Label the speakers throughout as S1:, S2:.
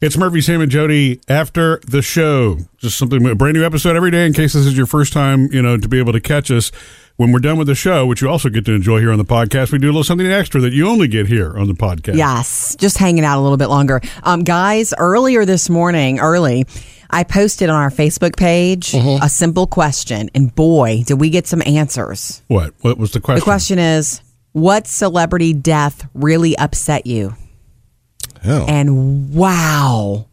S1: It's Murphy, Sam, and Jody after the show. Just something, a brand new episode every day in case this is your first time, you know, to be able to catch us. When we're done with the show, which you also get to enjoy here on the podcast, we do a little something extra that you only get here on the podcast.
S2: Yes, just hanging out a little bit longer. Um, guys, earlier this morning, early, I posted on our Facebook page a simple question, and boy, did we get some answers.
S1: What? What was the question?
S2: The question is, what celebrity death really upset you?
S3: Oh.
S2: And wow,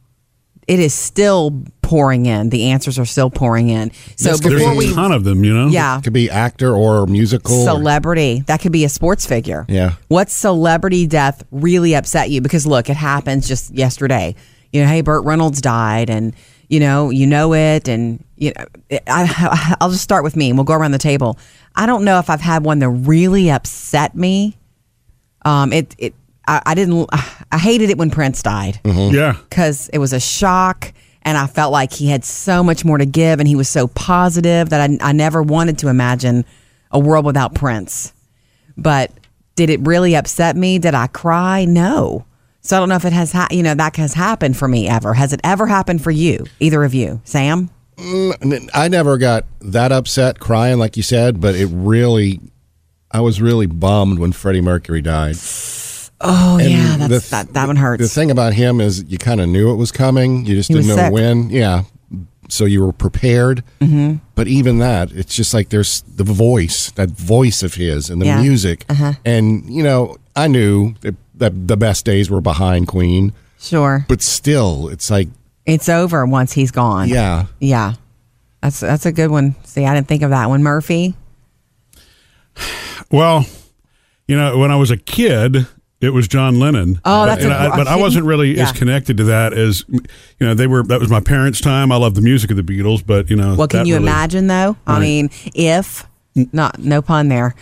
S2: it is still pouring in. The answers are still pouring in. So
S3: That's good
S1: There's
S2: before
S1: a
S2: we,
S1: ton of them, you know?
S2: yeah,
S3: Could be actor or musical. or-
S2: celebrity. That could be a sports figure.
S3: Yeah.
S2: What celebrity death really upset you? Because look, it happens just yesterday. You know, hey, Burt Reynolds died, and you know, you know it, and you know, I, I'll just start with me, and we'll go around the table. I don't know if I've had one that really upset me. Um, it it I, I didn't I hated it when Prince died
S1: Yeah.
S2: because it was a shock and I felt like he had so much more to give and he was so positive that I, I never wanted to imagine a world without Prince. But did it really upset me? Did I cry? No. So I don't know if it has, ha- you know, that has happened for me ever. Has it ever happened for you, either of you, Sam?
S3: N- I never got that upset crying like you said, but it really, I was really bummed when Freddie Mercury died.
S2: Oh
S3: And
S2: yeah, that's,
S3: the th-
S2: that that one hurts.
S3: The thing about him is you kind of knew it was coming. You just
S2: He
S3: didn't know
S2: was sick.
S3: when. Yeah. So you were prepared. Mm-hmm. But even that, it's just like there's the voice, that voice of his and the
S2: Yeah. Uh-huh.
S3: music. And, you know, I knew that, that the best days were behind Queen,
S2: sure,
S3: but still, it's like,
S2: it's over once he's gone.
S3: yeah.
S2: yeah, that's that's a good one. See, I didn't think of that one, Murphy.
S1: Well, you know, when I was a kid, it was John Lennon.
S2: Oh,
S1: But-
S2: that's
S1: and
S2: a-
S1: I- but I wasn't really as
S2: Yeah.
S1: connected to that as you know. They were that was my parents' time. I loved the music of the Beatles, but you know,
S2: Well, can
S1: Oh, that
S2: you
S1: really-
S2: imagine though? I
S1: Right.
S2: mean, if not, no pun there.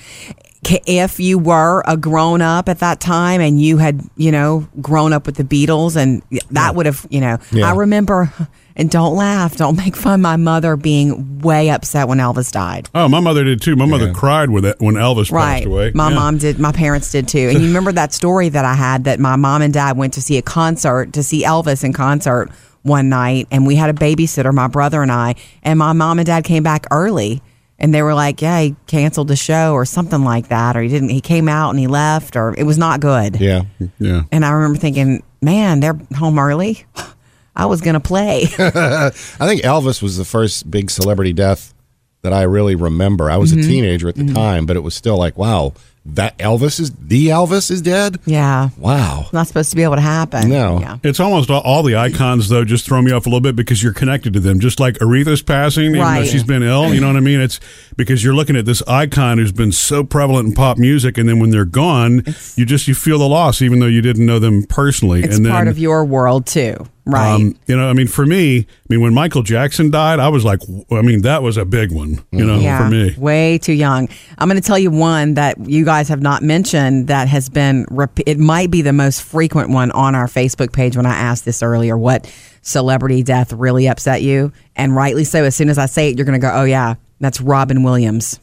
S2: Ca- If you were a grown up at that time and you had, you know, grown up with the Beatles, and that would have, you know,
S3: Yeah.
S2: I remember. And don't laugh, don't make fun. My mother being way upset when Elvis died.
S1: Oh, my mother did too. My mother
S3: Yeah.
S1: cried with it when Elvis
S2: Right,
S1: passed away.
S2: my
S1: Yeah.
S2: mom did. My parents did too. And you remember that story that I had that my mom and dad went to see a concert to see Elvis in concert one night, and we had a babysitter, my brother and I, and my mom and dad came back early, and they were like, "Yeah, he canceled the show or something like that, or he didn't. He came out and he left, or it was not good."
S3: Yeah.
S1: Yeah.
S2: And I remember thinking, "Man, they're home early. I was gonna play."
S3: I think Elvis was the first big celebrity death that I really remember. I was a teenager at the time, but it was still like, wow, that Elvis is the Elvis is dead.
S2: yeah,
S3: Wow.
S2: not supposed to be able to happen.
S3: No.
S2: Yeah.
S1: It's almost all, all the icons though just throw me off a little bit because you're connected to them. Just like Aretha's passing, even
S2: Right.
S1: though she's been ill, you know what I mean? It's because you're looking at this icon who's been so prevalent in pop music, and then when they're gone, you just you feel the loss, even though you didn't know them personally.
S2: It's
S1: and then,
S2: part of your world too, right?
S1: Um, you know, I mean, for me, I mean, when Michael Jackson died, I was like, w- I mean, that was a big one, you know, Oh, for me.
S2: Way too young. I'm going to tell you one that you guys have not mentioned that has been, rep- it might be the most frequent one on our Facebook page when I asked this earlier. What celebrity death really upset you? And rightly so. As soon as I say it, you're going to go, oh, yeah, that's Robin Williams.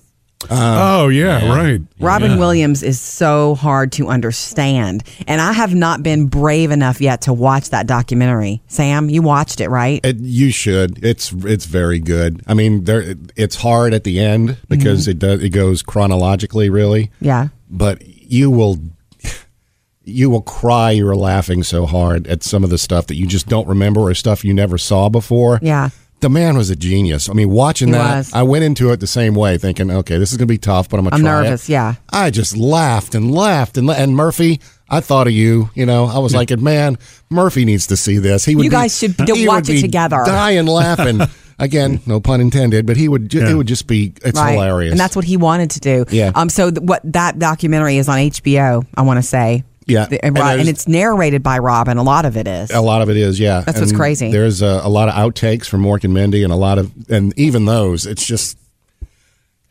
S1: oh yeah, right.
S2: Robin Williams is so hard to understand. And I have not been brave enough yet to watch that documentary. Sam, you watched it, right?
S3: It, you should. It's it's very good. I mean, there it's hard at the end because it does it goes chronologically really,
S2: yeah.
S3: but you will you will cry you are laughing so hard at some of the stuff that you just don't remember or stuff you never saw before.
S2: Yeah.
S3: The man was a genius. I mean, watching
S2: He
S3: that,
S2: was.
S3: I went into it the same way, thinking, okay, this is going to be tough, but I'm going
S2: I'm
S3: to try it.
S2: nervous, yeah.
S3: I just laughed and laughed. And, la- and Murphy, I thought of you. You know, I was like, man, Murphy needs to see this. He would
S2: You
S3: be-
S2: guys should d-
S3: he
S2: watch
S3: would
S2: it
S3: be
S2: together.
S3: Dying laughing. Again, no pun intended, but he would, ju-
S1: Yeah.
S3: it would just be, it's hilarious.
S2: And that's what he wanted to do.
S3: Yeah.
S2: Um. So th- what that documentary is on HBO. I want to say.
S3: Yeah.
S2: The-
S3: And
S2: and, Rob-
S3: there's-
S2: and it's narrated by Robin. A lot of it is.
S3: a lot of it is, yeah.
S2: That's what's
S3: And
S2: crazy.
S3: There's a, a lot of outtakes from Mork and Mindy, and a lot of, and even those, it's just,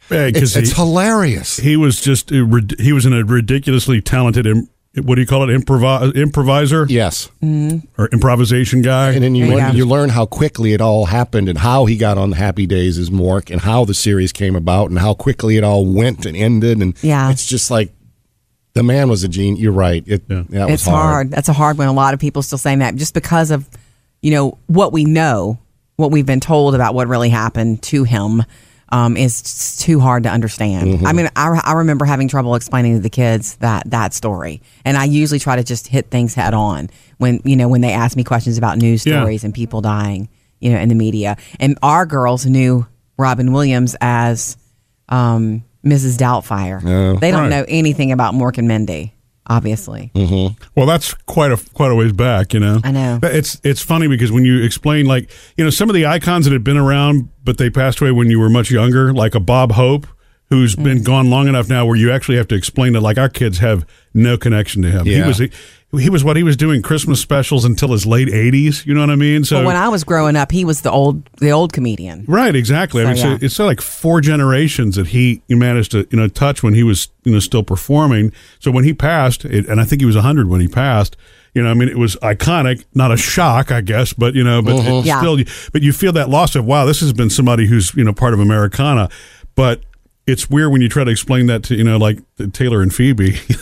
S1: Yeah,
S3: it's,
S1: because
S3: it's
S1: he,
S3: hilarious.
S1: he was just a rid- he was in a ridiculously talented. Im- what do you call it? Improvi- improviser
S3: yes.
S1: or improvisation guy.
S3: And then you
S2: There you
S3: learn,
S2: go.
S3: you learn how quickly it all happened and how he got on the Happy Days as Mork and how the series came about and how quickly it all went and ended and
S2: Yeah.
S3: it's just like the man was a genius. You're right. It that was
S2: it's hard. That's a hard one. A lot of people still saying that just because of you know, what we know, what we've been told about what really happened to him um, is s- too hard to understand. I mean, I, I remember having trouble explaining to the kids that that story, and I usually try to just hit things head on when you know when they ask me questions about news
S1: Yeah.
S2: stories and people dying, you know, in the media. And our girls knew Robin Williams as um, Mrs. Doubtfire. they don't
S1: Right.
S2: know anything about Mork and Mindy, obviously.
S1: Well, that's quite a quite a ways back, you know.
S2: I know.
S1: But It's it's funny because when you explain, like you know, some of the icons that had been around, but they passed away when you were much younger, like a Bob Hope, who's
S3: Mm.
S1: been gone long enough now, where you actually have to explain that, like our kids have no connection to him.
S3: Yeah.
S1: He was he, he was what he was doing Christmas specials until his late eighties. You know what I mean? So
S3: Oh,
S2: But when I was growing up, he was the old the old comedian.
S1: Right, exactly. I
S2: So,
S1: mean, so
S2: yeah.
S1: it's like four generations that he he managed to you know touch when he was you know still performing. So when he passed, it, and I think he was hundred when he passed. You know, I mean, it was iconic, not a shock, I guess, but you know, but it's
S2: Yeah.
S1: still, but you feel that loss of wow, this has been somebody who's you know part of Americana, but. It's weird when you try to explain that to you know like Taylor and Phoebe. You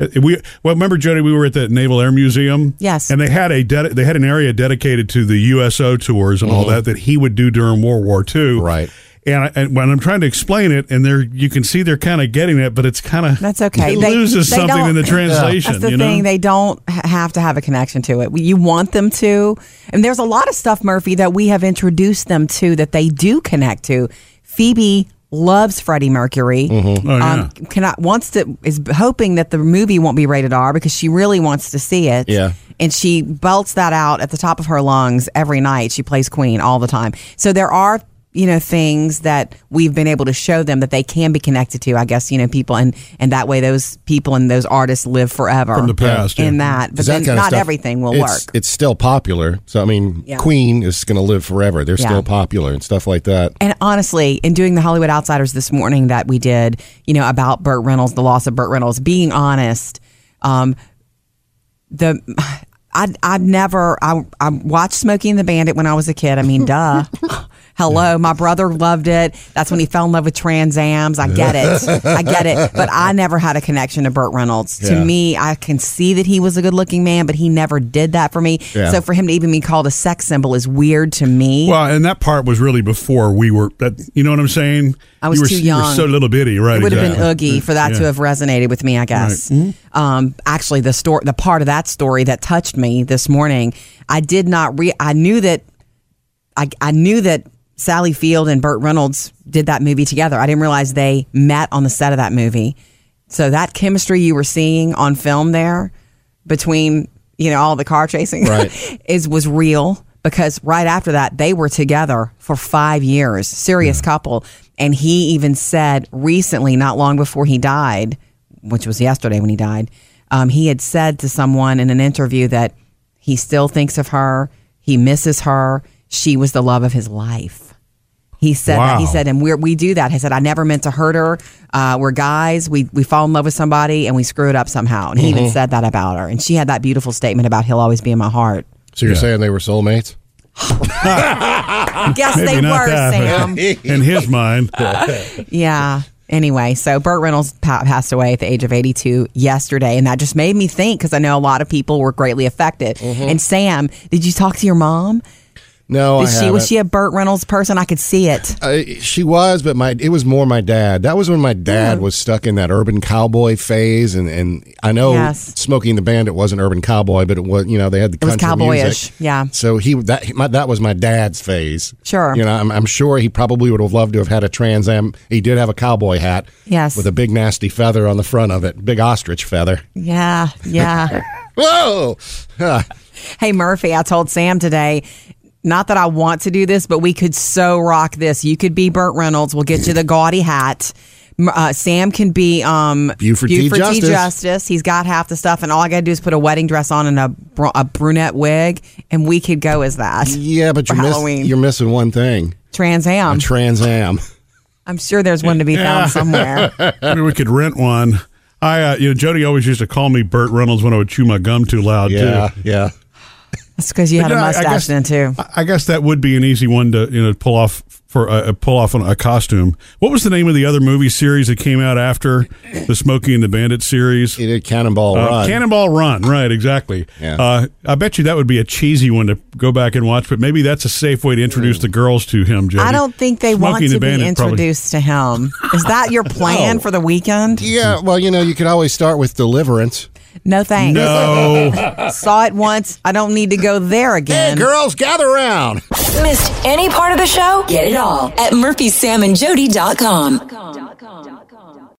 S1: know, we well remember Jody, we were at the Naval Air Museum.
S2: Yes.
S1: and they had a dedi- they had an area dedicated to the USO tours and all
S2: Mm-hmm.
S1: that that he would do during World War II.
S3: Right.
S1: And, I, and when I'm trying to explain it, and they're you can see they're kind of getting it, but it's kind of
S2: That's okay.
S1: It
S2: They-
S1: loses
S2: they
S1: something in
S2: don't-
S1: the
S2: Yeah.
S1: translation.
S2: That's the
S1: you know?
S2: thing; they don't ha- have to have a connection to it. You want them to, and there's a lot of stuff, Murphy, that we have introduced them to that they do connect to. Phoebe loves Freddie Mercury. Um,
S1: Oh, yeah.
S2: cannot wants to is hoping that the movie won't be rated R because she really wants to see it.
S3: Yeah.
S2: And she belts that out at the top of her lungs every night. She plays Queen all the time. So there are, you know, things that we've been able to show them that they can be connected to, I guess, you know, people and and that way those people and those artists live forever.
S1: From the past,
S2: In
S1: yeah.
S2: that. But
S3: 'Cause that
S2: then
S3: kinda
S2: not
S3: stuff,
S2: everything will
S3: it's-
S2: work.
S3: It's still popular. So, I mean,
S2: Yeah.
S3: Queen is going to live forever. They're
S2: Yeah.
S3: still popular and stuff like that.
S2: And honestly, in doing the Hollywood Outsiders this morning that we did, you know, about Burt Reynolds, the loss of Burt Reynolds, being honest, um, the I I never I I watched Smokey and the Bandit when I was a kid. I mean, duh. Hello, my brother loved it. That's when he fell in love with Trans Am's. I get it. I get it. But I never had a connection to Burt Reynolds.
S3: Yeah.
S2: To me, I can see that he was a good looking man, but he never did that for me.
S3: Yeah.
S2: So for him to even be called a sex symbol is weird to me.
S1: Well, and that part was really before we were. That you know what I'm saying?
S2: I was
S1: you were,
S2: too
S1: you were
S2: young.
S1: so little bitty, right?
S2: It would have been
S1: exactly.
S2: oogie for that to
S1: Yeah. Mm-hmm.
S2: have resonated with me, I guess. Um, actually, the story, the part of that story that touched me this morning, I did not re. I knew that, I, I knew that Sally Field and Burt Reynolds did that movie together. I didn't realize they met on the set of that movie. So that chemistry you were seeing on film there between you know all the car chasing
S3: Right.
S2: is was real because right after that they were together for five years, serious couple. And he even said recently, not long before he died, which was yesterday when he died, um, he had said to someone in an interview that he still thinks of her, he misses her, she was the love of his life. He said that. He
S1: Wow.
S2: said, and we we do that. He said, I never meant to hurt her. Uh, we're guys. We we fall in love with somebody and we screw it up somehow. And he even said that about her. And she had that beautiful statement about he'll always be in my heart.
S3: So, you're
S1: Yeah.
S3: saying they were soulmates?
S2: Guess
S1: Maybe
S2: they
S1: not
S2: were,
S1: that,
S2: Sam.
S1: but in his mind.
S2: yeah. Anyway, so Burt Reynolds pa- passed away at the age of 82 yesterday, and that just made me think because I know a lot of people were greatly affected.
S3: Mm-hmm.
S2: And Sam, did you talk to your mom?
S3: No,
S2: Did
S3: Oh, I
S2: she was
S3: haven't.
S2: she a Burt Reynolds person? I could see it.
S3: Uh, she was, but my it was more my dad. That was when my
S2: Hmm.
S3: dad was stuck in that urban cowboy phase, and and I know
S2: Yes.
S3: Smoking the Bandit wasn't urban cowboy, but it was you know they had the
S2: was
S3: country
S2: cowboyish,
S3: music.
S2: yeah.
S3: So he that my, that was my dad's phase.
S2: Sure.
S3: you know I'm, I'm sure he probably would have loved to have had a Trans Am. He did have a cowboy hat,
S2: Yes.
S3: with a big nasty feather on the front of it, big ostrich feather.
S2: Yeah, yeah.
S3: Whoa! Ah, Huh.
S2: Hey, Murphy, I told Sam today, not that I want to do this, but we could so rock this. You could be Burt Reynolds. We'll get you the gaudy hat. M- Uh, Sam can be um,
S3: Buford T. Justice.
S2: Justice. He's got half the stuff, and all I got to do is put a wedding dress on and a, br- a brunette wig, and we could go as that.
S3: yeah, but
S2: For
S3: you're, miss,
S2: Halloween.
S3: you're missing one thing:
S2: Trans Am.
S3: a Trans Am.
S2: I'm sure there's one to be found somewhere.
S1: I mean, we could rent one. I, uh, you know, Jody always used to call me Burt Reynolds when I would chew my gum too loud.
S3: Yeah,
S1: too.
S3: yeah.
S2: That's because you had
S1: Yeah,
S2: a
S1: I- I
S2: mustache
S1: guess-
S2: then too.
S1: I- I guess that would be an easy one to you know pull off for a, a pull off on a costume. What was the name of the other movie series that came out after the Smokey and the Bandit series?
S3: He did Cannonball
S1: Uh,
S3: Run.
S1: Cannonball Run, right? Exactly.
S3: Yeah.
S1: Uh, I bet you that would be a cheesy one to go back and watch, but maybe that's a safe way to introduce the girls to him. Jody.
S2: I don't think they
S1: Smokey
S2: want
S1: and
S2: to
S1: the
S2: be
S1: Bandit probably-
S2: introduced to him. Is that your plan for the weekend?
S3: yeah, well, you know, you could always start with Deliverance.
S2: No thanks.
S1: No,
S2: Saw it once. I don't need to go there
S3: Hey,
S2: again.
S3: girls, gather round.
S4: Missed any part of the show? Get it all at murphysamandjody.com.